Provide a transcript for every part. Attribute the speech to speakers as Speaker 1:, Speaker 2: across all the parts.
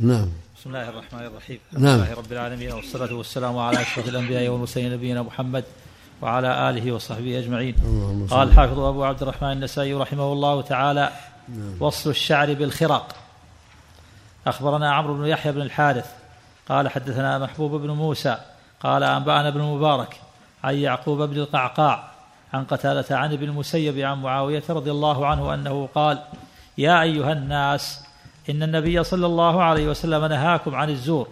Speaker 1: نعم
Speaker 2: بسم الله الرحمن الرحيم الحمد
Speaker 1: نعم.
Speaker 2: لله رب العالمين والصلاة والسلام على أشرف الأنبياء والمرسلين نبينا محمد وعلى آله وصحبه أجمعين
Speaker 1: اللهم صل
Speaker 2: قال حافظ أبو عبد الرحمن النسائي رحمه الله تعالى
Speaker 1: نعم.
Speaker 2: وصل الشعر بالخراق أخبرنا عمرو بن يحيى بن الحارث قال حدثنا محبوب بن موسى قال أنبأنا بن المبارك عن يعقوب بن القعقاع عن قتالة عن ابن المسيب عن معاوية رضي الله عنه أنه قال يا أيها الناس إن النبي صلى الله عليه وسلم نهاكم عن الزور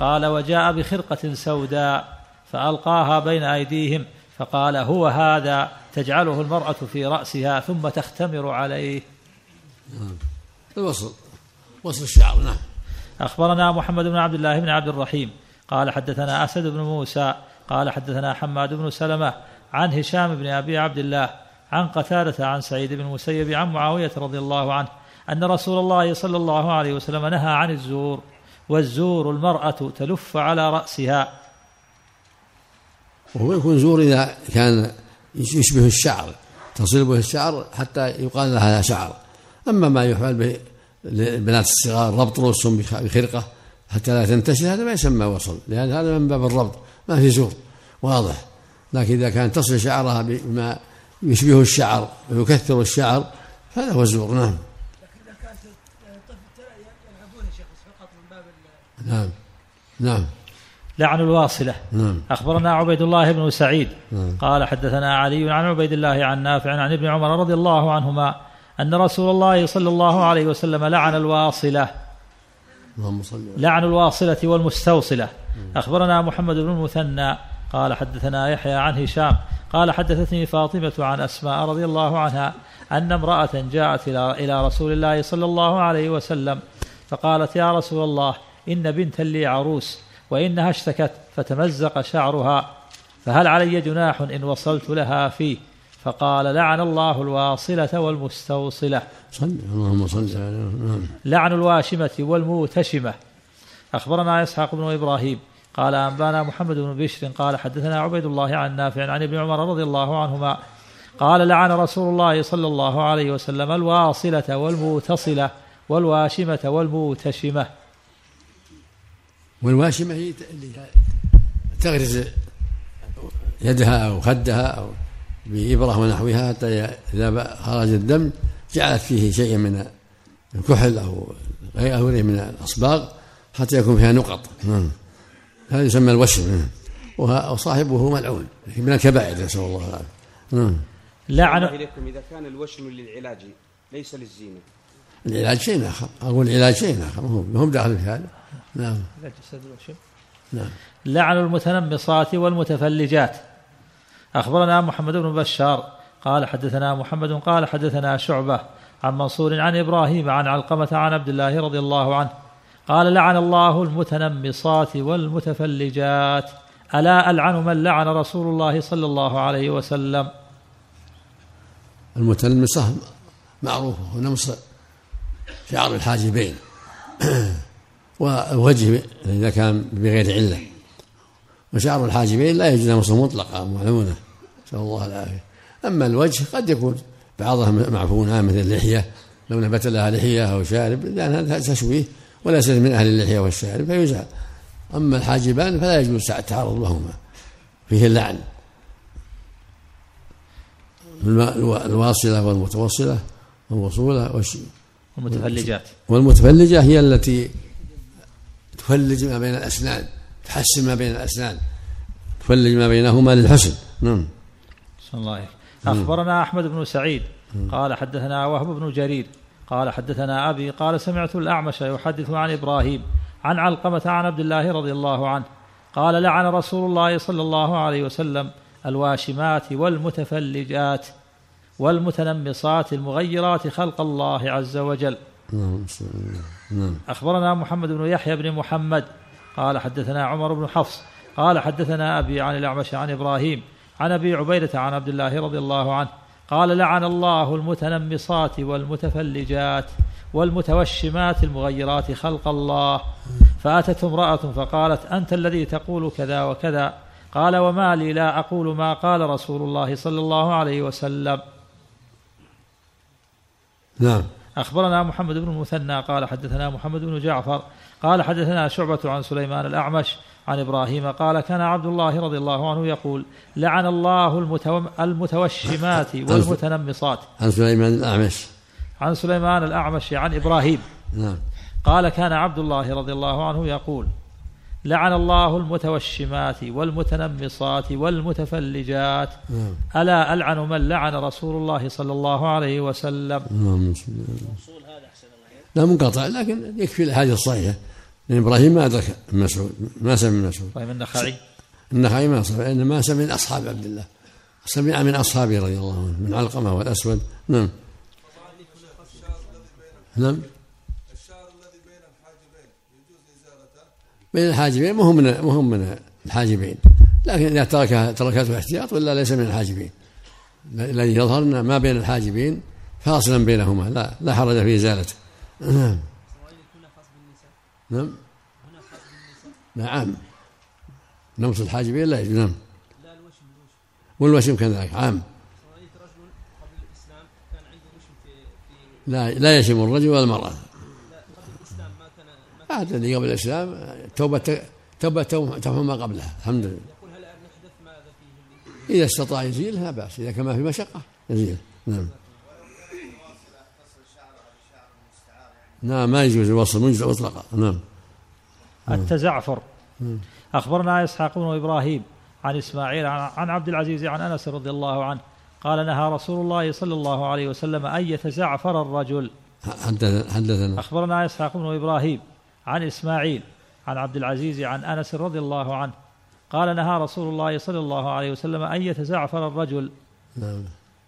Speaker 2: قال وجاء بخرقة سوداء فألقاها بين أيديهم فقال هو هذا تجعله المرأة في رأسها ثم تختمر عليه
Speaker 1: الوصل وصل الشعر نعم
Speaker 2: أخبرنا محمد بن عبد الله بن عبد الرحيم قال حدثنا أسد بن موسى قال حدثنا حماد بن سلمة عن هشام بن أبي عبد الله عن قتادة عن سعيد بن المسيب عن معاوية رضي الله عنه أن رسول الله صلى الله عليه وسلم نهى عن الزور والزور المرأة تلف على رأسها
Speaker 1: وهو يكون زور إذا كان يشبه الشعر تصل به الشعر حتى يقال له هذا شعر أما ما يفعل به للبنات الصغار ربط رؤوسهم بخ- بخرقة حتى لا تنتشر هذا ما يسمى وصل لأن هذا من باب الربط ما في زور واضح لكن إذا كان تصل شعرها بما يشبه الشعر ويكثر الشعر هذا هو الزور نعم
Speaker 3: إذا كانت الطفل يلعبون يا شيخ بس فقط من باب
Speaker 1: نعم نعم
Speaker 2: لعن الواصلة
Speaker 1: نعم
Speaker 2: أخبرنا عبيد الله بن سعيد
Speaker 1: نعم.
Speaker 2: قال حدثنا علي عن عبيد الله عن نافع عن ابن عمر رضي الله عنهما أن رسول الله صلى الله عليه وسلم لعن الواصلة
Speaker 1: اللهم صل على
Speaker 2: لعن الواصلة والمستوصلة أخبرنا محمد بن المثنى قال حدثنا يحيى عن هشام قال حدثتني فاطمة عن أسماء رضي الله عنها أن امرأة جاءت إلى إلى رسول الله صلى الله عليه وسلم فقالت يا رسول الله إن بنتا لي عروس وإنها اشتكت فتمزق شعرها فهل علي جناح إن وصلت لها فيه فقال لعن الله الواصلة والمستوصلة
Speaker 1: صل اللهم صل على نعم
Speaker 2: لعن الواشمة والموتشمة أخبرنا إسحاق بن إبراهيم قال أنبانا محمد بن بشر قال حدثنا عبيد الله عن نافع عن ابن عمر رضي الله عنهما قال لعن رسول الله صلى الله عليه وسلم الواصلة والمتصلة والواشمة والموتشمة
Speaker 1: والواشمة هي اللي تغرز يدها أو خدها أو بإبرة ونحوها حتى إذا خرج الدم جعلت فيه شيء من الكحل أو غيره من الأصباغ حتى يكون فيها نقط نعم. هذا يسمى الوشم نعم. وه- وصاحبه ملعون من الكبائر نسأل الله العافية نعم.
Speaker 2: لعن
Speaker 4: الله إليكم إذا كان الوشم للعلاج ليس للزينة
Speaker 1: العلاج شيء آخر أقول العلاج شيء آخر ما هو- ما هم داخل في هذا نعم نعم
Speaker 2: لعن المتنمصات والمتفلجات أخبرنا محمد بن بشار قال حدثنا محمد قال حدثنا شعبة عن منصور عن إبراهيم عن علقمة عن عبد الله رضي الله عنه قال لعن الله المتنمصات والمتفلجات ألا ألعن من لعن رسول الله صلى الله عليه وسلم
Speaker 1: المتلمسة معروفة ونمص شعر الحاجبين والوجه إذا كان بغير علة وشعر الحاجبين لا يجوز نمصه مطلقا معلونة نسأل الله العافية أما الوجه قد يكون بعضها معفون مثل اللحية لو نبت لها لحية أو شارب لأن هذا تشويه وليست من أهل اللحية والشارب فيزعل أما الحاجبان فلا يجوز التعرض لهما فيه اللعن الوا- الوا- الواصلة والمتوصلة والوصولة والش-
Speaker 2: والمتفلجات
Speaker 1: والمتفلجة هي التي تفلج ما بين الأسنان تحسن ما بين الأسنان تفلج ما بينهما للحسن نعم
Speaker 2: بسم الله عليك. أخبرنا أحمد بن سعيد قال حدثنا وهب بن جرير قال حدثنا أبي قال سمعت الأعمش يحدث عن إبراهيم عن علقمة عن عبد الله رضي الله عنه قال لعن رسول الله صلى الله عليه وسلم الواشمات والمتفلجات والمتنمصات المغيرات خلق الله عز وجل
Speaker 1: اللهم صل على النبي. نعم
Speaker 2: أخبرنا محمد بن يحيى بن محمد قال حدثنا عمر بن حفص قال حدثنا أبي عن الأعمش عن إبراهيم عن أبي عبيدة عن عبد الله رضي الله عنه قال لعن الله المتنمصات والمتفلجات والمتوشمات المغيرات خلق الله فأتته امرأة فقالت أنت الذي تقول كذا وكذا قال وما لي لا أقول ما قال رسول الله صلى الله عليه وسلم
Speaker 1: نعم
Speaker 2: أخبرنا محمد بن المثنى قال حدثنا محمد بن جعفر قال حدثنا شعبة عن سليمان الأعمش عن إبراهيم قال كان عبد الله رضي الله عنه يقول لعن الله المتوم المتوشمات والمتنمصات
Speaker 1: عن سليمان الأعمش
Speaker 2: عن سليمان الأعمش عن إبراهيم
Speaker 1: نعم
Speaker 2: قال كان عبد الله رضي الله عنه يقول لعن الله المتوشمات والمتنمصات والمتفلجات
Speaker 1: نعم
Speaker 2: ألا ألعن من لعن رسول الله صلى الله عليه وسلم
Speaker 1: اللهم صل على- لا منقطع لكن يكفي الأحاديث الصحيحة لأن إبراهيم ما أدرك ابن مسعود ما سمع ابن مسعود
Speaker 2: طيب النخعي
Speaker 1: النخعي ما سمع إنما سمع من أصحاب عبد الله سمع من أصحابه رضي الله عنه من علقمة والأسود نعم نعم بين الحاجبين مهم من مهم من الحاجبين لكن إذا تركها تركته احتياط ولا ليس من الحاجبين الذي يظهر أن ما بين الحاجبين فاصلا بينهما لا لا حرج في إزالته نعم نعم نعم نمص الحاجبين لا يجوز نعم
Speaker 3: لا الوشم الوشم
Speaker 1: والوشم كذلك عام
Speaker 3: رأيت رجل قبل الإسلام كان عنده وشم في في
Speaker 1: لا لا يشم الرجل ولا المرأة
Speaker 3: لا قبل الإسلام ما كان ما
Speaker 1: هذا اللي قبل الإسلام توبة توبة تفهم ما قبلها الحمد لله
Speaker 3: يقول هل أن نحدث ماذا فيه من-
Speaker 1: إذا استطاع يزيلها بأس إذا كان ما في مشقة يزيل نعم نعم ما يجوز الوصل مجزء مطلقا نعم
Speaker 2: التزعفر أخبرنا إسحاق بن إبراهيم عن إسماعيل عن عن عبد العزيز عن أنس رضي الله عنه قال نهى رسول الله صلى الله عليه وسلم أن يتزعفر الرجل
Speaker 1: حدثنا حدثنا
Speaker 2: أخبرنا إسحاق بن إبراهيم عن إسماعيل عن عبد العزيز عن أنس رضي الله عنه قال نهى رسول الله صلى الله عليه وسلم أن يتزعفر الرجل
Speaker 1: نعم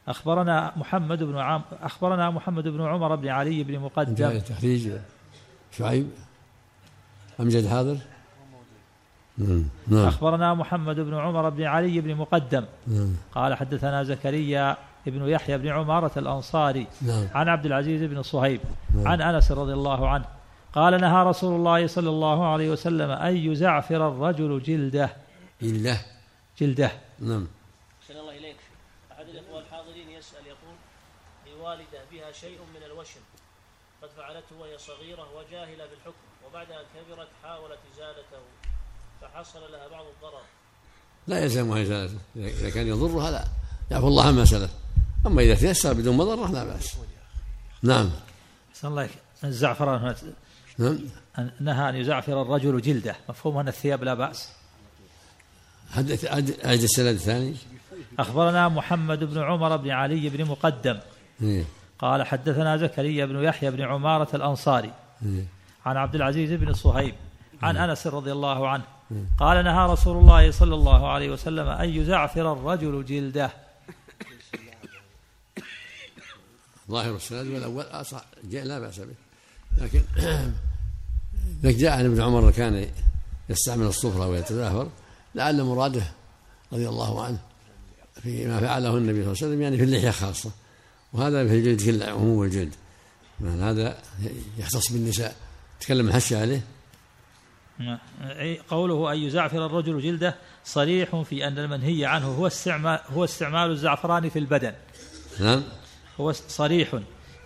Speaker 2: أخبرنا محمد بن عام أخبرنا محمد بن عمر بن علي بن
Speaker 1: انتهى
Speaker 2: مقدم
Speaker 1: التخريج شعيب أمجد حاضر نعم نعم
Speaker 2: أخبرنا محمد بن عمر بن علي بن مقدم
Speaker 1: نعم
Speaker 2: قال حدثنا زكريا بن يحيى بن عمارة الأنصاري
Speaker 1: نعم
Speaker 2: عن عبد العزيز بن صهيب
Speaker 1: نعم.
Speaker 2: عن أنس رضي الله عنه قال نهى رسول الله صلى الله عليه وسلم أن يزعفر الرجل جلده
Speaker 1: لله
Speaker 2: جلده
Speaker 1: نعم
Speaker 5: أحسن الله إليك أحد الإخوة الحاضرين يسأل يقول لوالدة بها شيء من الوشم قد فعلته وهي صغيرة وجاهلة بالحكم وبعد أن كبرت حاولت إزالته فحصل لها بعض الضرر
Speaker 1: لا يلزمها إزالته إذا إذا كان يضرها لا يعفو الله عما سلف أما إذا تيسر بدون مضرة لا بأس نعم
Speaker 2: أحسن الله إليك. الزعفران هنا
Speaker 1: نعم
Speaker 2: أن- نهى أن يزعفر الرجل جلده مفهوم أن الثياب لا بأس
Speaker 1: حدث عد- عد السند الثاني
Speaker 2: أخبرنا محمد بن عمر بن علي بن مقدم
Speaker 1: إيه.
Speaker 2: قال حدثنا زكريا بن يحيى بن عمارة الأنصاري
Speaker 1: إيه.
Speaker 2: عن عبد العزيز بن صهيب عن انس رضي الله عنه قال نهى رسول الله صلى الله عليه وسلم ان يزعفر الرجل جلده
Speaker 1: ظاهر السند والأول أصح آه، جاء لا بأس به لكن لك جاء عن ابن عمر كان يستعمل الصفرة ويتزاهر لعل مراده رضي الله عنه فيما فعله النبي صلى الله عليه وسلم يعني في اللحية خاصة وهذا في الجلد كله عموم الجلد يعني هذا يختص بالنساء تكلم الحشة عليه
Speaker 2: أي قوله ان يزعفر الرجل جلده صريح في ان المنهي عنه هو استعمال هو استعمال الزعفران في البدن
Speaker 1: نعم
Speaker 2: هو صريح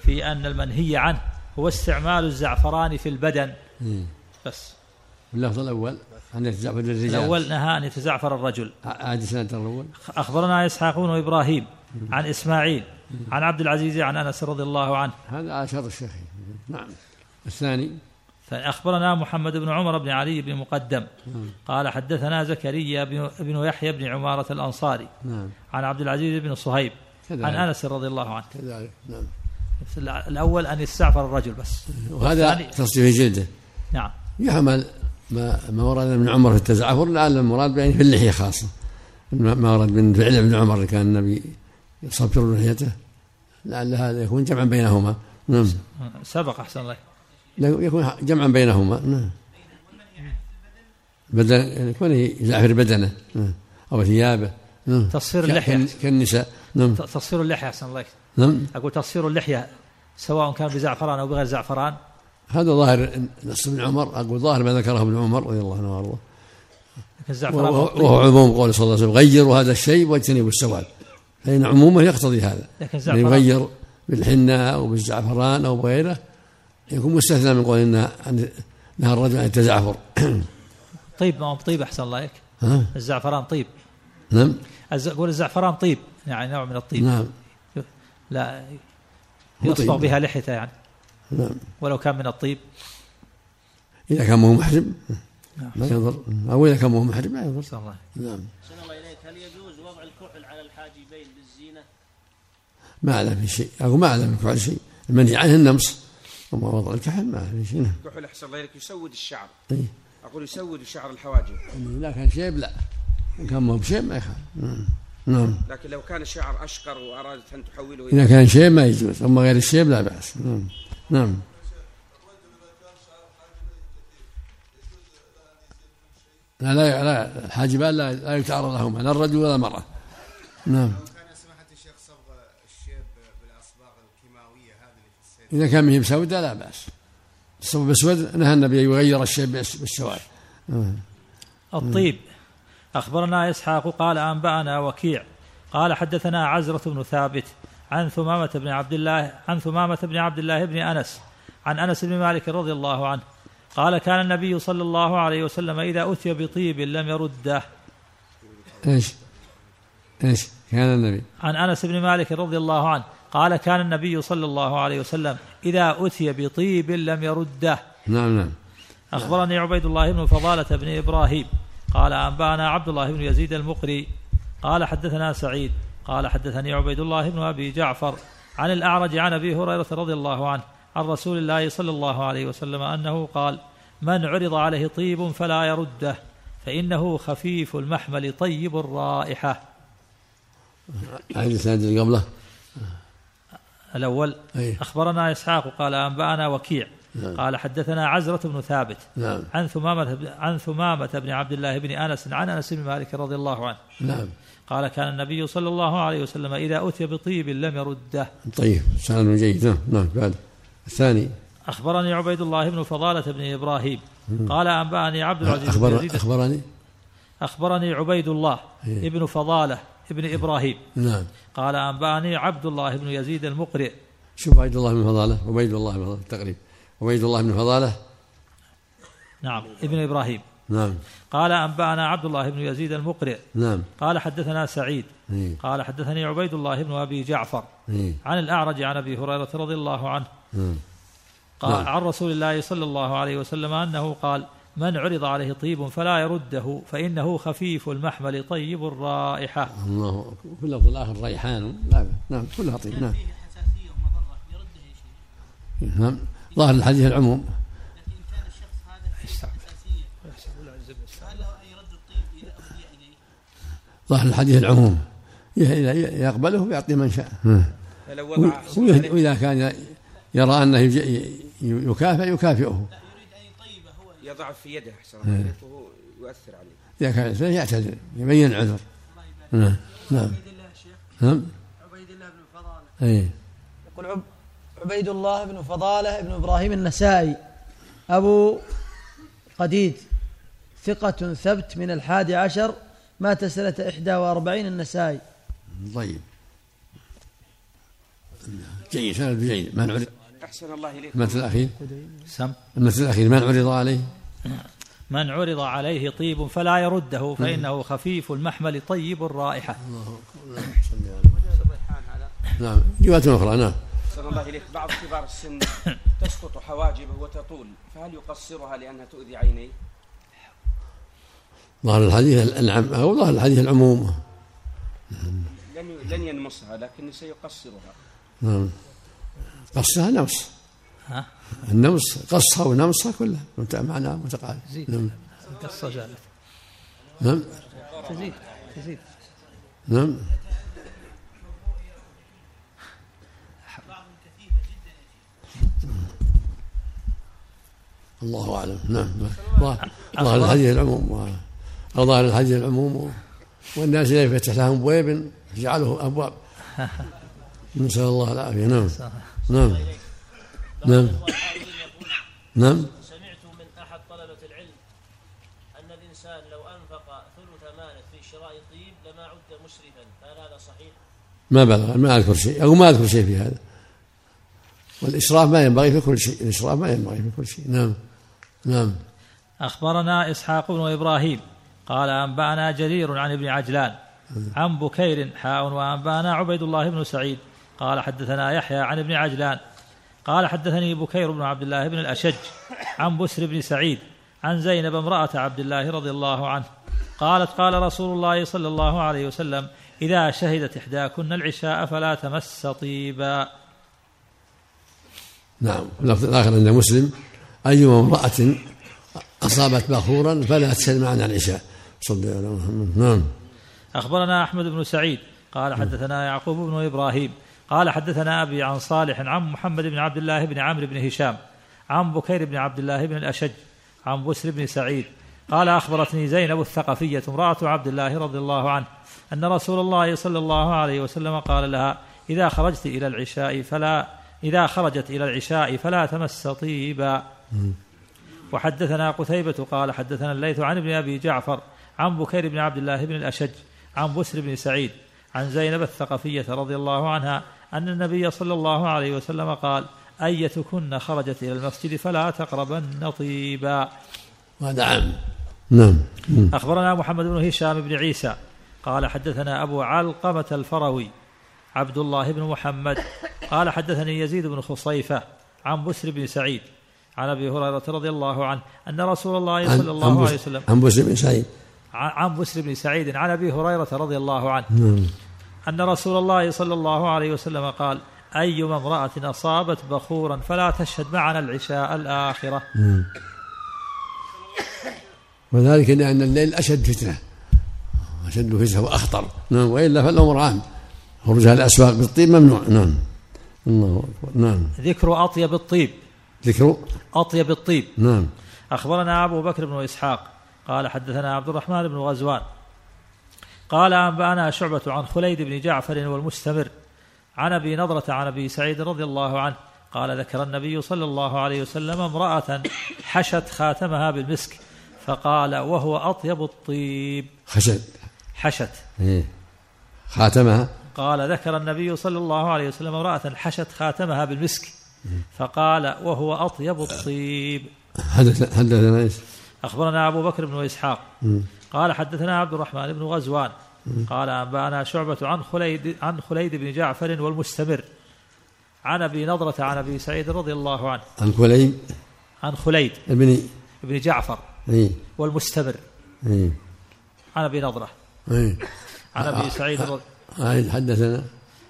Speaker 2: في ان المنهي عنه هو استعمال الزعفران في البدن بس
Speaker 1: اللفظ الأول أن يتزعفر الرجال
Speaker 2: الاول نهى ان يتزعفر الرجل
Speaker 1: عاد سند الأول
Speaker 2: اخبرنا اسحاق بن ابراهيم عن اسماعيل عن عبد العزيز عن انس رضي الله عنه
Speaker 1: هذا على شرط الشيخ نعم الثاني
Speaker 2: أخبرنا محمد بن عمر بن علي بن مقدم قال حدثنا زكريا بن- بن يحيى بن عمارة الأنصاري
Speaker 1: نعم
Speaker 2: عن عبد العزيز بن صهيب عن
Speaker 1: كذلك
Speaker 2: أنس رضي الله عنه
Speaker 1: كذلك نعم
Speaker 2: الأول أن يستعفر الرجل بس
Speaker 1: وهذا
Speaker 2: الثاني-
Speaker 1: تصدي في جلده
Speaker 2: نعم
Speaker 1: يحمل ما ما ورد من عمر في التزعفر لعل المراد يعني في اللحيه خاصه ما ما ورد من فعل ابن عمر اللي كان النبي يصفر لحيته لعل هذا يكون جمعا بينهما نعم
Speaker 2: سبق أحسن الله
Speaker 1: لا- يكون جمعا بينهما نعم بدل يكون يزعفر بدنه نعم. او ثيابه نعم
Speaker 2: تصفير
Speaker 1: ك-
Speaker 2: اللحية.
Speaker 1: كالن- كالنساء نعم
Speaker 2: ت- تصفير اللحية أحسن الله
Speaker 1: نعم
Speaker 2: أقول تصفير اللحية سواء كان بزعفران أو بغير زعفران
Speaker 1: هذا ظاهر نص ابن عمر اقول ظاهر ما ذكره ابن عمر رضي الله عنه وارضاه
Speaker 2: لكن الزعفران
Speaker 1: وهو
Speaker 2: مطلق.
Speaker 1: وهو عموم قوله صلى الله عليه وسلم غيروا هذا الشيء واجتنبوا السواد فان عمومه يقتضي هذا
Speaker 2: لكن
Speaker 1: يعني
Speaker 2: الزعفران
Speaker 1: يغير بالحنة أو بالزعفران أو بغيره يكون مستثنى من قول إنها عن- نهى الرجل عن التزعفر
Speaker 2: طيب ما هو طيب احسن الله عليك
Speaker 1: ها؟
Speaker 2: الزعفران طيب
Speaker 1: نعم
Speaker 2: الز- قول الزعفران طيب يعني نوع من الطيب
Speaker 1: نعم
Speaker 2: لا
Speaker 1: مو
Speaker 2: يصبغ
Speaker 1: طيب.
Speaker 2: بها لحيته يعني
Speaker 1: نعم
Speaker 2: ولو كان من الطيب
Speaker 1: إذا كان مو محرم
Speaker 2: نعم.
Speaker 1: ما يضر أو إذا كان مو محرم لا يضر
Speaker 2: أحسن الله عليك.
Speaker 1: نعم
Speaker 5: أحسن الله إليك هل يجوز وضع الكحل على الحاجبين للزينة؟
Speaker 1: ما أعلم في شيء أو ما أعلم في كل شيء المنهي عنه النمص وما وضع الكحل ما أعلم في شيء نعم
Speaker 4: كحل احسن الله اليك يسود الشعر
Speaker 1: إيه.
Speaker 4: اقول يسود شعر الحواجب
Speaker 1: إنه إذا كان شيب لا إن كان مو بشيب ما يخالف نعم. نعم
Speaker 4: لكن لو كان الشعر اشقر وارادت ان تحوله الى
Speaker 1: إذا كان شيب ما يجوز أما غير الشيب لا بأس نعم نعم لا لا لا الحاجبان لا لا يتعرض لهما لا الرجل ولا المرأة نعم
Speaker 6: لو كان سماحة الشيخ صبغ الشيب بالأصباغ الكيماوية هذه اللي في الصيد
Speaker 1: إذا كان مهم سوداء لا بأس الصوب الأسود نهى النبي أن يغير الشيء بالس- بالسواد نعم.
Speaker 2: الطيب أخبرنا إسحاق قال أنبأنا وكيع قال حدثنا عزرة بن ثابت عن ثمامة بن عبد الله عن ثمامة بن عبد الله بن أنس عن أنس بن مالك رضي الله عنه قال كان النبي صلى الله عليه وسلم إذا أتي بطيب لم يرده
Speaker 1: إيش إيش كان النبي
Speaker 2: عن أنس بن مالك رضي الله عنه قال كان النبي صلى الله عليه وسلم إذا أتي بطيب لم يرده
Speaker 1: نعم نعم
Speaker 2: أخبرني عبيد الله بن فضالة بن إبراهيم قال أنبأنا عبد الله بن يزيد المقري قال حدثنا سعيد قال حدثني عبيد الله بن أبي جعفر عن الأعرج عن أبي هريرة رضي الله عنه عن رسول الله صلى الله عليه وسلم أنه قال من عرض عليه طيب فلا يرده فإنه خفيف المحمل طيب الرائحة
Speaker 1: عن الإسناد اللي قبله إيه،
Speaker 2: الأول
Speaker 1: أي
Speaker 2: أخبرنا إسحاق قال أنبأنا وكيع
Speaker 1: نعم
Speaker 2: قال حدثنا عزرة بن ثابت
Speaker 1: نعم
Speaker 2: عن ثمامة عن ثمامة بن عبد الله بن أنس عن أنس بن مالك رضي الله عنه
Speaker 1: نعم
Speaker 2: قال كان النبي صلى الله عليه وسلم إذا أتي بطيب لم يرده
Speaker 1: طيب سؤال جيد نعم نعم بعد الثاني
Speaker 2: أخبرني عبيد الله بن فضالة بن إبراهيم قال أنبأني عبد العزيز بن
Speaker 1: أخبر
Speaker 2: يزيد
Speaker 1: أخبرني
Speaker 2: أخبرني عبيد الله
Speaker 1: إيه.
Speaker 2: ابن فضالة ابن إبراهيم
Speaker 1: نعم
Speaker 2: قال أنبأني عبد الله بن يزيد المقرئ
Speaker 1: شوف عبيد الله بن فضالة عبيد الله بن فضالة تقريب عبيد الله بن فضالة
Speaker 2: نعم ابن إبراهيم
Speaker 1: نعم
Speaker 2: قال أنبأنا عبد الله بن يزيد المقرئ
Speaker 1: نعم
Speaker 2: قال حدثنا سعيد
Speaker 1: إيه
Speaker 2: قال حدثني عبيد الله بن أبي جعفر
Speaker 1: إيه
Speaker 2: عن الأعرج عن أبي هريرة رضي الله عنه
Speaker 1: نعم
Speaker 2: قال
Speaker 1: نعم.
Speaker 2: عن رسول الله صلى الله عليه وسلم أنه قال من عرض عليه طيب فلا يرده فإنه خفيف المحمل طيب الرائحة
Speaker 1: الله أكبر. كل أفضل آخر ريحان لا بأس. نعم كلها طيب نعم
Speaker 5: فيه حساسية ومضرة يرده يا شيخ
Speaker 1: نعم ظاهر الحديث العموم
Speaker 5: لكن إن كان الشخص هذا فيه حساسية فهل له أن يرد الطيب إذا أهدي إليه؟
Speaker 1: ظاهر الحديث العموم ي- ي- يقبله ويعطي من شاء
Speaker 4: لو
Speaker 1: و-
Speaker 4: وضع أحسن الله
Speaker 1: وإذا
Speaker 4: إليك
Speaker 1: وإذا كان يرى أنه يج- ي- يكافئ يكافئه
Speaker 5: يريد أن يطيبه هو
Speaker 4: يضع في يده احسن
Speaker 1: إيه.
Speaker 4: الله اليك وهو يؤثر عليه
Speaker 1: إذا كان يعتذر- يعتذر يبين العذر نعم نعم
Speaker 3: عبيد الله الشيخ
Speaker 1: نعم إيه.
Speaker 3: عبيد الله بن فضاله
Speaker 1: أي
Speaker 3: يقول عب... عبيد الله بن فضاله بن ابراهيم النسائي ابو قديد ثقة ثبت من الحادي عشر مات سنة 41 النسائي
Speaker 1: طيب جيد سؤال جيد من عرض
Speaker 4: احسن الله اليك
Speaker 1: مثل الأخير
Speaker 2: سم
Speaker 1: مثل الأخير من عرض عليه
Speaker 2: من عرض عليه طيب فلا يرده فإنه خفيف المحمل طيب الرائحة
Speaker 1: نعم رواية أخرى نعم
Speaker 4: احسن الله اليك بعض كبار السن تسقط حواجبه وتطول فهل يقصرها لانها تؤذي عينيه؟
Speaker 1: ظاهر الحديث العم أو ظاهر الحديث العموم
Speaker 4: لن لن ينمصها لكن سيقصرها
Speaker 1: نعم قصها نمص
Speaker 2: ها؟
Speaker 1: النمص قصها ونمصها كلها مت- معناها متقارب
Speaker 2: زيد.
Speaker 1: نعم
Speaker 2: قصة جالت
Speaker 1: نعم
Speaker 2: تزيد تزيد
Speaker 1: نعم الله اعلم نعم ظاهر ظاهر الحديث العموم و- او ظاهر الحديث العموم و- والناس اذا يفتح لهم بويب جعله ابواب نسال الله العافيه نعم نعم نعم
Speaker 5: بعض الحاضرين يقول
Speaker 1: نعم
Speaker 5: سمعت من أحد طلبة العلم أن الإنسان لو أنفق ثلث ماله في شراء طيب لما عد مسرفا فهل هذا صحيح؟
Speaker 1: ما بلغ ما اذكر شيء او ما اذكر شيء في هذا والإسراف ما ينبغي في كل شيء الإسراف ما ينبغي في كل شيء نعم نعم
Speaker 2: أخبرنا إسحاق بن إبراهيم قال أنبأنا جرير عن ابن عجلان عن بكير حاء وأنبأنا عبيد الله بن سعيد قال حدثنا يحيى عن ابن عجلان قال حدثني بكير بن عبد الله بن الأشج عن بسر بن سعيد عن زينب امرأة عبد الله رضي الله عنه قالت قال رسول الله صلى الله عليه وسلم إذا شهدت إحداكن العشاء فلا تمس طيبا
Speaker 1: نعم اللفظ الآخر عند مسلم أيما امرأة أصابت بخورا فلا تسلم عن العشاء صلى الله عليه وسلم نعم
Speaker 2: أخبرنا أحمد بن سعيد قال حدثنا يعقوب بن إبراهيم قال حدثنا أبي عن صالح عن محمد بن عبد الله بن عمرو بن هشام عن بكير بن عبد الله بن الأشج عن بسر بن سعيد قال أخبرتني زينب الثقفية امرأة عبد الله رضي الله عنه أن رسول الله صلى الله عليه وسلم قال لها إذا خرجت إلى العشاء فلا إذا خرجت إلى العشاء فلا تمس طيبا وحدثنا قتيبة قال حدثنا الليث عن ابن أبي جعفر عن بكير بن عبد الله بن الأشج عن بسر بن سعيد عن زينب الثقفية رضي الله عنها أن النبي صلى الله عليه وسلم قال أيتكن خرجت إلى المسجد فلا تقربن طيبا
Speaker 1: وهذا عام نعم مم.
Speaker 2: أخبرنا محمد بن هشام بن عيسى قال حدثنا أبو علقمة الفروي عبد الله بن محمد قال حدثني يزيد بن خصيفة عن بسر بن سعيد عن أبي هريرة رضي الله عنه أن رسول الله
Speaker 1: عن-
Speaker 2: صلى
Speaker 1: عن
Speaker 2: الله
Speaker 1: بس-
Speaker 2: عليه وسلم
Speaker 1: عن بشر بن سعيد
Speaker 2: عن عن بسر بن سعيد عن أبي هريرة رضي الله عنه
Speaker 1: نعم
Speaker 2: أن رسول الله صلى الله عليه وسلم قال أيما امرأة أصابت بخورا فلا تشهد معنا العشاء الآخرة
Speaker 1: وذلك لأن الليل أشد فتنة أشد فتنة وأخطر نعم وإلا فالأمر عام خروجها الأسواق بالطيب ممنوع نعم الله أكبر نعم
Speaker 2: ذكر أطيب الطيب
Speaker 1: ذكر
Speaker 2: أطيب الطيب
Speaker 1: نعم
Speaker 2: أخبرنا أبو بكر بن إسحاق قال حدثنا عبد الرحمن بن غزوان قال أنبأنا شعبة عن خليد بن جعفر والمستمر عن أبي نضرة عن أبي سعيد رضي الله عنه قال ذكر النبي صلى الله عليه وسلم امرأة حشت خاتمها بالمسك فقال وهو أطيب الطيب
Speaker 1: خشب
Speaker 2: حشت
Speaker 1: إيه. خاتمها
Speaker 2: قال ذكر النبي صلى الله عليه وسلم امرأة حشت خاتمها بالمسك فقال وهو أطيب الطيب
Speaker 1: حدث حدثنا ايش؟
Speaker 2: أخبرنا أبو بكر بن إسحاق قال حدثنا عبد الرحمن بن غزوان قال أنبأنا شعبة عن خليد عن خليد بن جعفر والمستمر عن أبي نضرة عن أبي سعيد رضي الله عنه
Speaker 1: عن كليب
Speaker 2: عن خليد
Speaker 1: ابن إيه.
Speaker 2: بن جعفر
Speaker 1: اي
Speaker 2: والمستمر
Speaker 1: اي
Speaker 2: عن أبي نضرة
Speaker 1: اي
Speaker 2: عن أبي سعيد رضي
Speaker 1: عايز إيه. حدثنا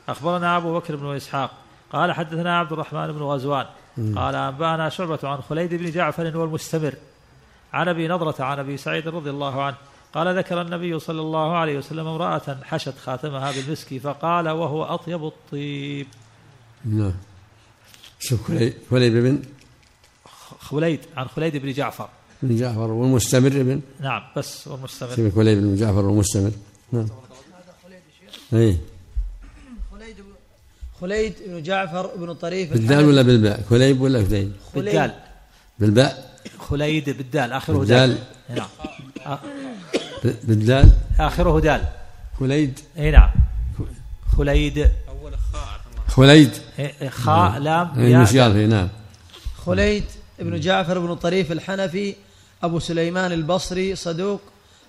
Speaker 2: أخبرنا أبو بكر بن إسحاق قال حدثنا عبد الرحمن بن غزوان قال أنبأنا شعبة عن خليد بن جعفر والمستمر عن أبي نضرة عن أبي سعيد رضي الله عنه قال ذكر النبي صلى الله عليه وسلم امرأة حشت خاتمها بالمسك فقال وهو أطيب الطيب
Speaker 1: نعم شوف كليب كليب بن
Speaker 2: خليد عن خليد بن جعفر
Speaker 1: بن جعفر والمستمر بن
Speaker 2: نعم بس والمستمر
Speaker 1: سيبك كليب بن جعفر والمستمر نعم إيه. اي
Speaker 3: خليد بن- خليد بن جعفر بن طريف
Speaker 1: بالدال ولا بالباء كليب ولا كليب
Speaker 3: خليد
Speaker 2: بالدال
Speaker 1: بالباء
Speaker 2: خليد بالدال آخره
Speaker 1: بالدال.
Speaker 2: دال نعم آ-
Speaker 1: ب- بالدال
Speaker 2: آخره دال
Speaker 1: كليد
Speaker 2: أي نعم خليد
Speaker 1: خليد
Speaker 2: إيه، خاء لام ياء
Speaker 1: المشيار فيه نعم
Speaker 3: خليد بن جعفر بن طريف الحنفي أبو سليمان البصري صدوق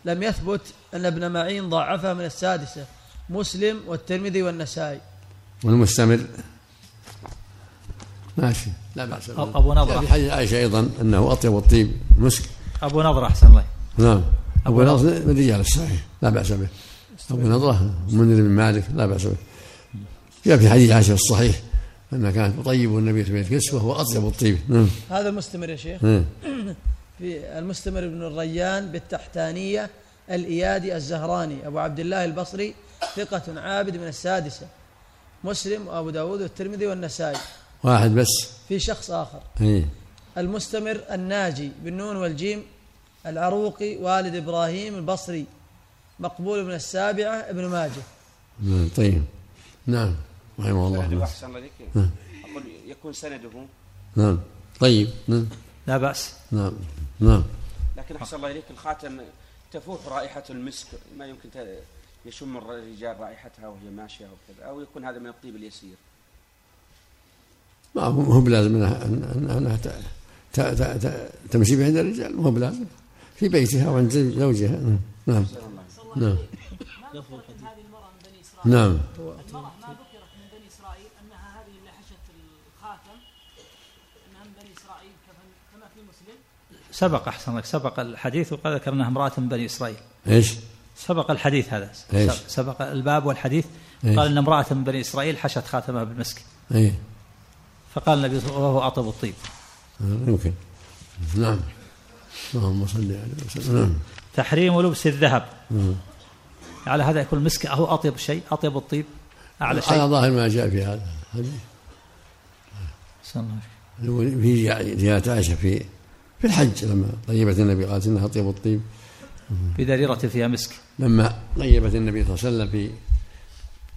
Speaker 3: لم يثبت أن ابن معين ضعفه من السادسة مسلم والترمذي والنسائي
Speaker 1: والمستمر ماشي لا بأس
Speaker 2: أ- أبو نضرة.
Speaker 1: في حديث عائشة أيضا أنه أطيب الطيب مسك
Speaker 2: أبو نضرة أحسن الله
Speaker 1: نعم أبو نضرة من رجال الصحيح لا بأس به أبو نضرة منذر بن مالك لا بأس به جاء في حديث عائشة الصحيح أنها كانت تطيب النبي في بيت كسوة وهو أطيب الطيب نعم
Speaker 3: هذا مستمر يا شيخ
Speaker 1: نعم.
Speaker 3: في المستمر بن الريان بالتحتانية الإيادي الزهراني أبو عبد الله البصري ثقة عابد من السادسة مسلم وأبو داود والترمذي والنسائي
Speaker 1: واحد بس
Speaker 3: في شخص آخر
Speaker 1: إيه.
Speaker 3: المستمر الناجي بالنون والجيم العروقي والد ابراهيم البصري مقبول من السابعه ابن ماجه
Speaker 1: نعم طيب نعم رحمه
Speaker 4: سنده
Speaker 1: الله آه.
Speaker 4: أحسن الله لك أقول يكون سنده
Speaker 1: نعم طيب نعم
Speaker 2: لا بأس
Speaker 1: نعم نعم
Speaker 4: لكن أحسن الله إليك الخاتم تفوح رائحة المسك ما يمكن ت- يشم الرجال رائحتها وهي ماشية وكذا أو يكون هذا من الطيب اليسير
Speaker 1: ما هو هو بلازم انها انها إنها ت- ت- ت- ت- تمشي بين الرجال ما هو بلازم في بيتها وعند زوجها نعم. نعم نعم
Speaker 7: ما ذكرت هذه المرأة من بني إسرائيل
Speaker 1: نعم
Speaker 7: المرأة ما ذكرت من بني إسرائيل أنها هذه اللي حشت الخاتم أنها من بني إسرائيل كفن- كما في مسلم
Speaker 2: سبق أحسن لك سبق الحديث وقد ذكرناها امرأة من بني إسرائيل
Speaker 1: ايش؟
Speaker 2: سبق الحديث هذا
Speaker 1: إيش؟
Speaker 2: سبق الباب والحديث
Speaker 1: إيش؟
Speaker 2: قال ان امراه من بني اسرائيل حشت خاتمها بالمسك
Speaker 1: اي
Speaker 2: فقال النبي صلى الله عليه وسلم وهو اطيب الطيب
Speaker 1: آه، يمكن نعم اللهم صل على وسلم نعم
Speaker 2: تحريم لبس الذهب
Speaker 1: مم.
Speaker 2: على هذا يكون المسك هو اطيب شيء اطيب الطيب
Speaker 1: على
Speaker 2: اعلى شيء
Speaker 1: ظاهر ما جاء في هذا هذه
Speaker 2: أحسن الله فيك.
Speaker 1: في رواية عائشة في في الحج لما طيبت النبي قالت انها طيب الطيب
Speaker 2: بدريره فيها مسك
Speaker 1: لما طيبت النبي صلى الله عليه وسلم في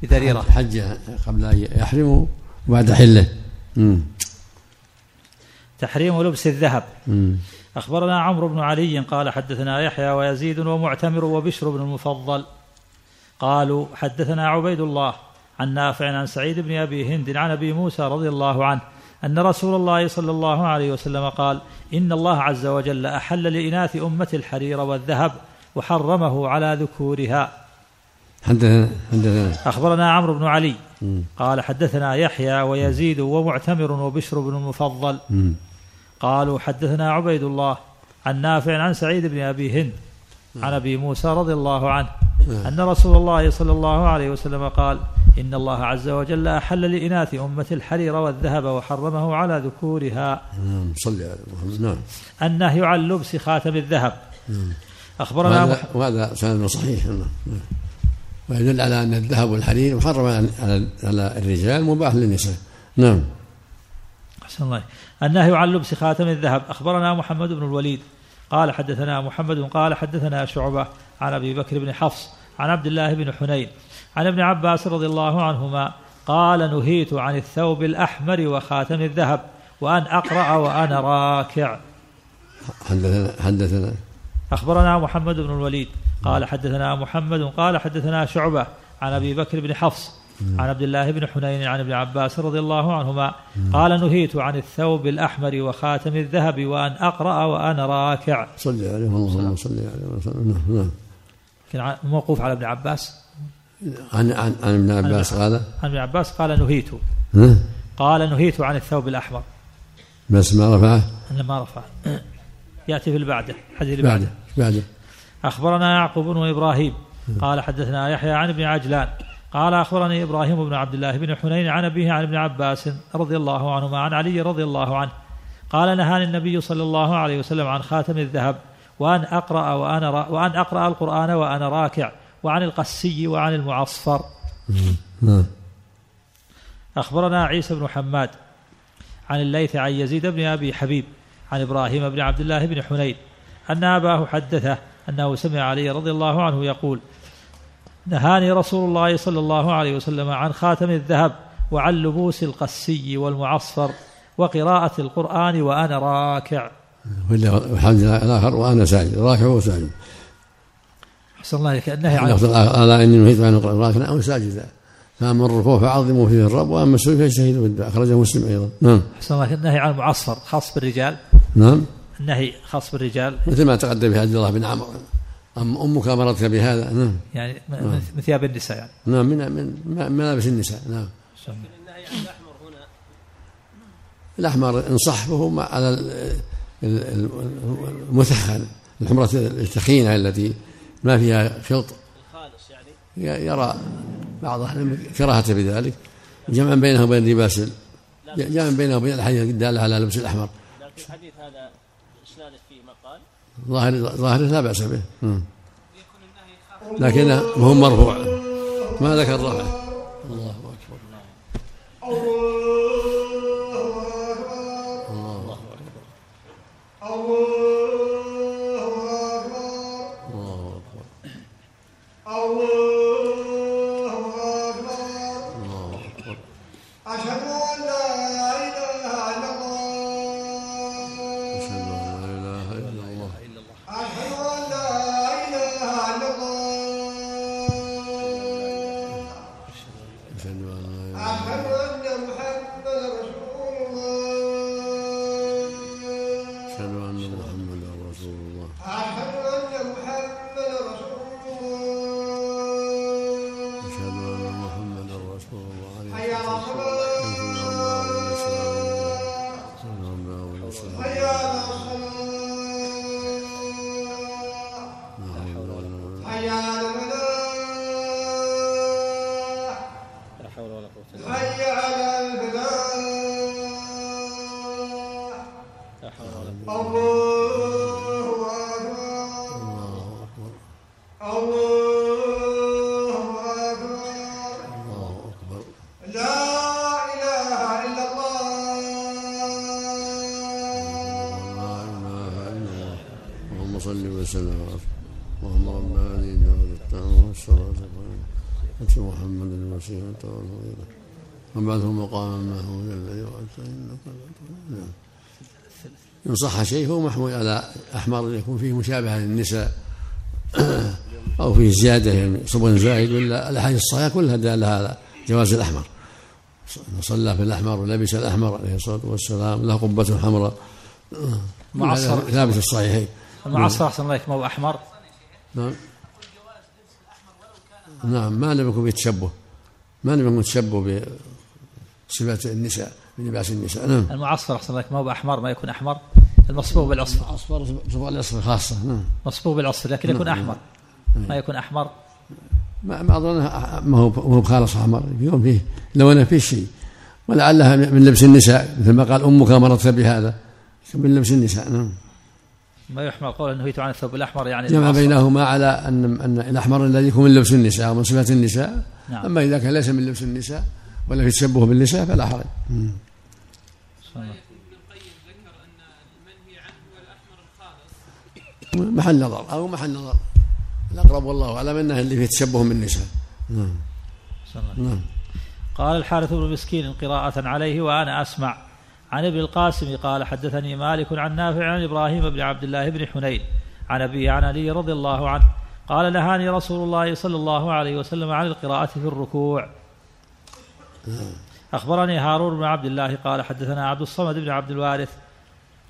Speaker 2: بدريره
Speaker 1: حجه قبل ان يحرمه وبعد حله امم
Speaker 2: تحريم لبس الذهب
Speaker 1: امم
Speaker 2: اخبرنا عمرو بن علي قال حدثنا يحيى ويزيد ومعتمر وبشر بن المفضل قالوا حدثنا عبيد الله عن نافع عن سعيد بن ابي هند عن ابي موسى رضي الله عنه ان رسول الله صلى الله عليه وسلم قال ان الله عز وجل احل لاناث امتي الحرير والذهب وحرمه على ذكورها
Speaker 1: حدثنا حدثنا
Speaker 2: اخبرنا عمرو بن علي
Speaker 1: مم.
Speaker 2: قال حدثنا يحيى ويزيد ومعتمر وبشر بن المفضل
Speaker 1: امم
Speaker 2: قالوا حدثنا عبيد الله عن نافع عن سعيد بن ابي هند عن ابي موسى رضي الله عنه ان رسول الله صلى الله عليه وسلم قال ان الله عز وجل احل لاناث امه الحرير والذهب وحرمه على ذكورها
Speaker 1: نعم صلي على محمد نعم
Speaker 2: النهي عن لبس خاتم الذهب اخبرنا مح-
Speaker 1: وهذا, وهذا سند صحيح نعم. ويدل على ان الذهب والحرير محرم على- على على الرجال مباح للنساء نعم
Speaker 2: أحسن الله النهي عن لبس خاتم الذهب أخبرنا محمد بن الوليد قال حدثنا محمد قال حدثنا شعبة عن أبي بكر بن حفص عن عبد الله بن حنين عن ابن عباس رضي الله عنهما قال نهيت عن الثوب الأحمر وخاتم الذهب وأن أقرأ وأنا راكع
Speaker 1: حدثنا حدثنا
Speaker 2: أخبرنا محمد بن الوليد قال حدثنا محمد قال حدثنا شعبة عن أبي بكر بن حفص عن عبد الله بن حنين عن ابن عباس رضي الله عنهما قال نهيت عن الثوب الأحمر وخاتم الذهب وأن أقرأ وأنا راكع
Speaker 1: صلي عليه اللهم صلي عليه وسلم نعم نعم
Speaker 2: كان ع- موقوف على ابن عباس
Speaker 1: عن عن عن ابن عباس نعم. هذا
Speaker 2: عن ابن عباس قال نهيت
Speaker 1: ها؟
Speaker 2: قال نهيت عن الثوب الأحمر
Speaker 1: بس ما رفعه
Speaker 2: لما رفع يأتي في اللي بعده الحديث اللي بعده
Speaker 1: بعده بعده
Speaker 2: أخبرنا يعقوب بن إبراهيم قال حدثنا يحيى عن ابن عجلان قال أخبرني إبراهيم بن عبد الله بن حنين عن أبيه عن ابن عباس رضي الله عنهما عن علي رضي الله عنه قال نهاني النبي صلى الله عليه وسلم عن خاتم الذهب وأن أقرأ وأنا را وأن أقرأ القرآن وأنا راكع وعن القسي وعن المعصفر
Speaker 1: نعم
Speaker 2: أخبرنا عيسى بن حماد عن الليث عن يزيد بن أبي حبيب عن إبراهيم بن عبد الله بن حنين أن أباه حدثه أنه سمع علي رضي الله عنه يقول نهاني رسول الله صلى الله عليه وسلم عن خاتم الذهب وعن لبوس القسي والمعصفر وقراءة القرآن وأنا راكع
Speaker 1: ولا والحمد لله على الاخر وانا ساجد راكع وساجد
Speaker 2: أحسن الله عليك النهي عن
Speaker 1: اللفظ الاخر الا اني نهيت عن راكعا او ساجدا فاما الركوع فعظموا فيه الرب واما السجود فاجتهدوا بالدعاء اخرجه مسلم ايضا نعم
Speaker 2: أحسن الله عليك النهي عن المعصفر خاص بالرجال
Speaker 1: نعم
Speaker 2: النهي خاص بالرجال
Speaker 1: مثل ما تقدم في عبد الله بن عمرو أم امك امرتك بهذا نعم
Speaker 2: يعني من- من من ثياب النساء يعني
Speaker 1: نعم من من من- ملابس النساء نعم
Speaker 2: أحسن الله.
Speaker 5: النهي عن الأحمر هنا
Speaker 1: الاحمر ان صح فهو مع- على ال- ال- ال- المثخن الحمره الثخينه التي ما فيها خلط
Speaker 5: الخالص يعني
Speaker 1: ي- يرى بعض أهل كراهته بذلك جمعا بينه وبين لباس ال- جمعا بينه وبين الحديث الدالة على لبس الأحمر
Speaker 5: لكن الحديث هذا اسناده فيه مقال
Speaker 1: ظاهر ظاهره لا بأس به مم. لكنه هو مرفوع ما ذكر رفعه الله أكبر الله أكبر الله أكبر
Speaker 8: الله أكبر
Speaker 1: الله أكبر
Speaker 8: أشهد أن لا إله إلا الله
Speaker 1: أشهد أن لا إله إلا الله
Speaker 8: أشهد أن لا إله إلا الله
Speaker 1: أشهد أن
Speaker 8: أشهد أن محمد رسول الله
Speaker 1: أشهد أن محمدا رسول الله
Speaker 8: حي على الصلاة حي على الصلاة حي على الفلاح
Speaker 2: لا حول ولا قوة إلا بالله
Speaker 8: حي على الفلاح
Speaker 2: لا حول ولا قوة
Speaker 8: الله أكبر الله أكبر لا إله إلا الله
Speaker 1: اللهم صل وسلم على رسول اللهم ربنا علينا والإتقان والصلاة والسلام أتى محمد الوسيلة والفضيلة وابعثه مقاما محمودا الذي وعدت إنك لا تضل. نعم. إن صح شيء هو محمول على أحمر يكون فيه مشابهة للنساء أو فيه زيادة يعني صبغ زائد ولا الأحاديث الصحيحة كلها دالة على جواز الأحمر صلى في الأحمر ولبس الأحمر عليه الصلاة والسلام له قبة حمراء
Speaker 2: معصر.
Speaker 1: هذا لابس الصحيحين
Speaker 2: المعصر أحسن الله ما هو أحمر
Speaker 1: نعم نعم ما لم يكن بالتشبه ما لم يكن تشبه بصفات النساء بلباس النساء نعم
Speaker 2: المعصر أحسن الله ما هو أحمر ما يكون أحمر المصبوغ بالعصفر
Speaker 1: اصفر صبغ الاصفر خاصه نعم
Speaker 2: مصبوغ بالعصفر لكن يكون أحمر ما يكون أحمر
Speaker 1: ما ما اظن ما هو ما هو بخالص احمر يكون فيه لونه فيه شيء ولعلها من لبس النساء مثل ما قال امك امرتك بهذا من لبس النساء نعم
Speaker 2: ما يحمل قول أنه عن الثوب الأحمر يعني
Speaker 1: جمع
Speaker 2: المعصر.
Speaker 1: بينهما على ان ان الاحمر الذي يكون من لبس النساء ومن صفات النساء
Speaker 2: نعم.
Speaker 1: اما اذا كان ليس من لبس النساء ولا في تشبه بالنساء فلا حرج
Speaker 2: سبحان الله.
Speaker 1: محل نظر او محل نظر الاقرب والله اعلم انه اللي فيه تشبه بالنساء نعم
Speaker 2: سبحان الله.
Speaker 1: نعم
Speaker 2: قال الحارث بن مسكين قراءة عليه وأنا أسمع عن ابن القاسم قال حدثني مالك عن نافع عن إبراهيم بن عبد الله بن حنين عن أبيه عن علي رضي الله عنه قال نهاني رسول الله صلى الله عليه وسلم عن القراءة في الركوع أخبرني هارون بن عبد الله قال حدثنا عبد الصمد بن عبد الوارث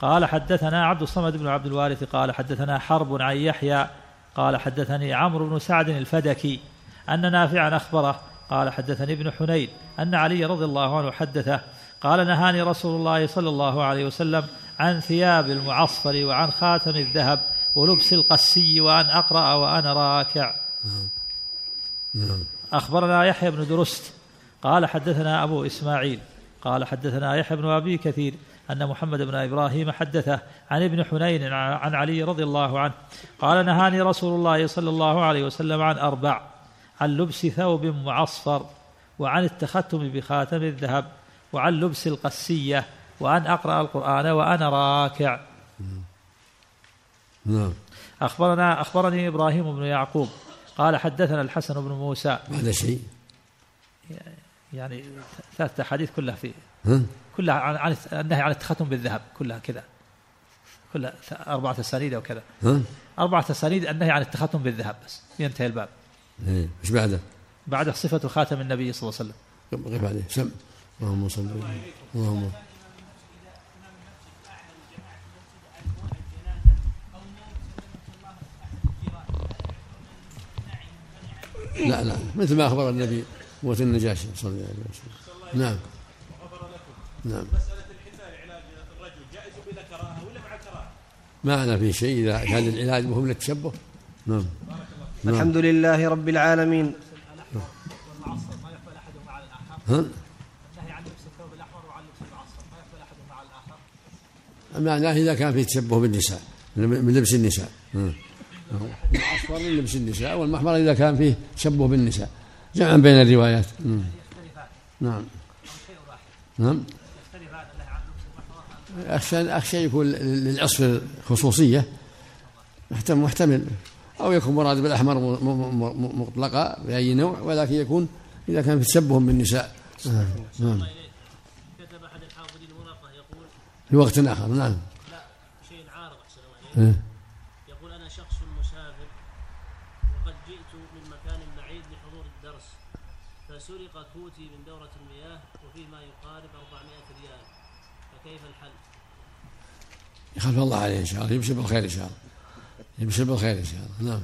Speaker 2: قال حدثنا عبد الصمد بن عبد الوارث قال حدثنا حرب عن يحيى قال حدثني عمرو بن سعد الفدكي أن نافعا أخبره قال حدثني ابن حنين أن علي رضي الله عنه حدثه قال نهاني رسول الله صلى الله عليه وسلم عن ثياب المعصفر وعن خاتم الذهب ولبس القسي وأن أقرأ وأنا راكع
Speaker 1: نعم
Speaker 2: أخبرنا يحيى بن درست قال حدثنا أبو إسماعيل قال حدثنا يحيى بن أبي كثير أن محمد بن إبراهيم حدثه عن ابن حنين عن علي رضي الله عنه قال نهاني رسول الله صلى الله عليه وسلم عن أربع عن لبس ثوب معصفر وعن التختم بخاتم الذهب وعن لبس القسية وأن أقرأ القرآن وأنا راكع
Speaker 1: نعم
Speaker 2: أخبرنا أخبرني إبراهيم بن يعقوب قال حدثنا الحسن بن موسى
Speaker 1: هذا شيء
Speaker 2: يعني ثلاثة أحاديث كلها في
Speaker 1: ها
Speaker 2: كلها عن عن النهي عن التختم بالذهب كلها كذا كلها ث- أربعة أسانيد أو كذا
Speaker 1: ها
Speaker 2: أربعة أسانيد النهي عن التختم بالذهب بس ينتهي الباب
Speaker 1: إيه. ايش بعده؟
Speaker 2: بعده صفة خاتم النبي صلى الله عليه وسلم
Speaker 1: غيب عليه سم اللهم صل اللهم لا لا مثل ما اخبر النبي موت النجاشي صلى الله عليه وسلم نعم نعم ما أنا في شيء إذا كان العلاج وهو من التشبه نعم
Speaker 4: الحمد لله رب العالمين
Speaker 1: ها؟ معناه إذا كان فيه تشبه بالنساء من لبس النساء نعم. الأصفر من لبس النساء والمحمر إذا كان فيه تشبه بالنساء جمعا بين الروايات نعم. نعم نعم أخشى أخشى يكون للعصفر خصوصية محتمل محتمل أو يكون مراد بالأحمر م- م- م- مطلقة بأي نوع ولكن يكون إذا كان في تشبه بالنساء نعم. نعم.
Speaker 5: كتب أحد الحاضرين ورقة يقول
Speaker 1: في وقت آخر نعم
Speaker 5: شيء عارض أحسن الله عليك.
Speaker 1: إيه.
Speaker 5: يقول أنا شخص مسافر وقد جئت من مكان بعيد لحضور الدرس فسرق كوتي من دورة المياه وفيه ما يقارب 400 ريال فكيف الحل؟
Speaker 1: يخاف الله عليه ان شاء الله يبشر بالخير ان شاء الله يبشر بالخير ان شاء الله نعم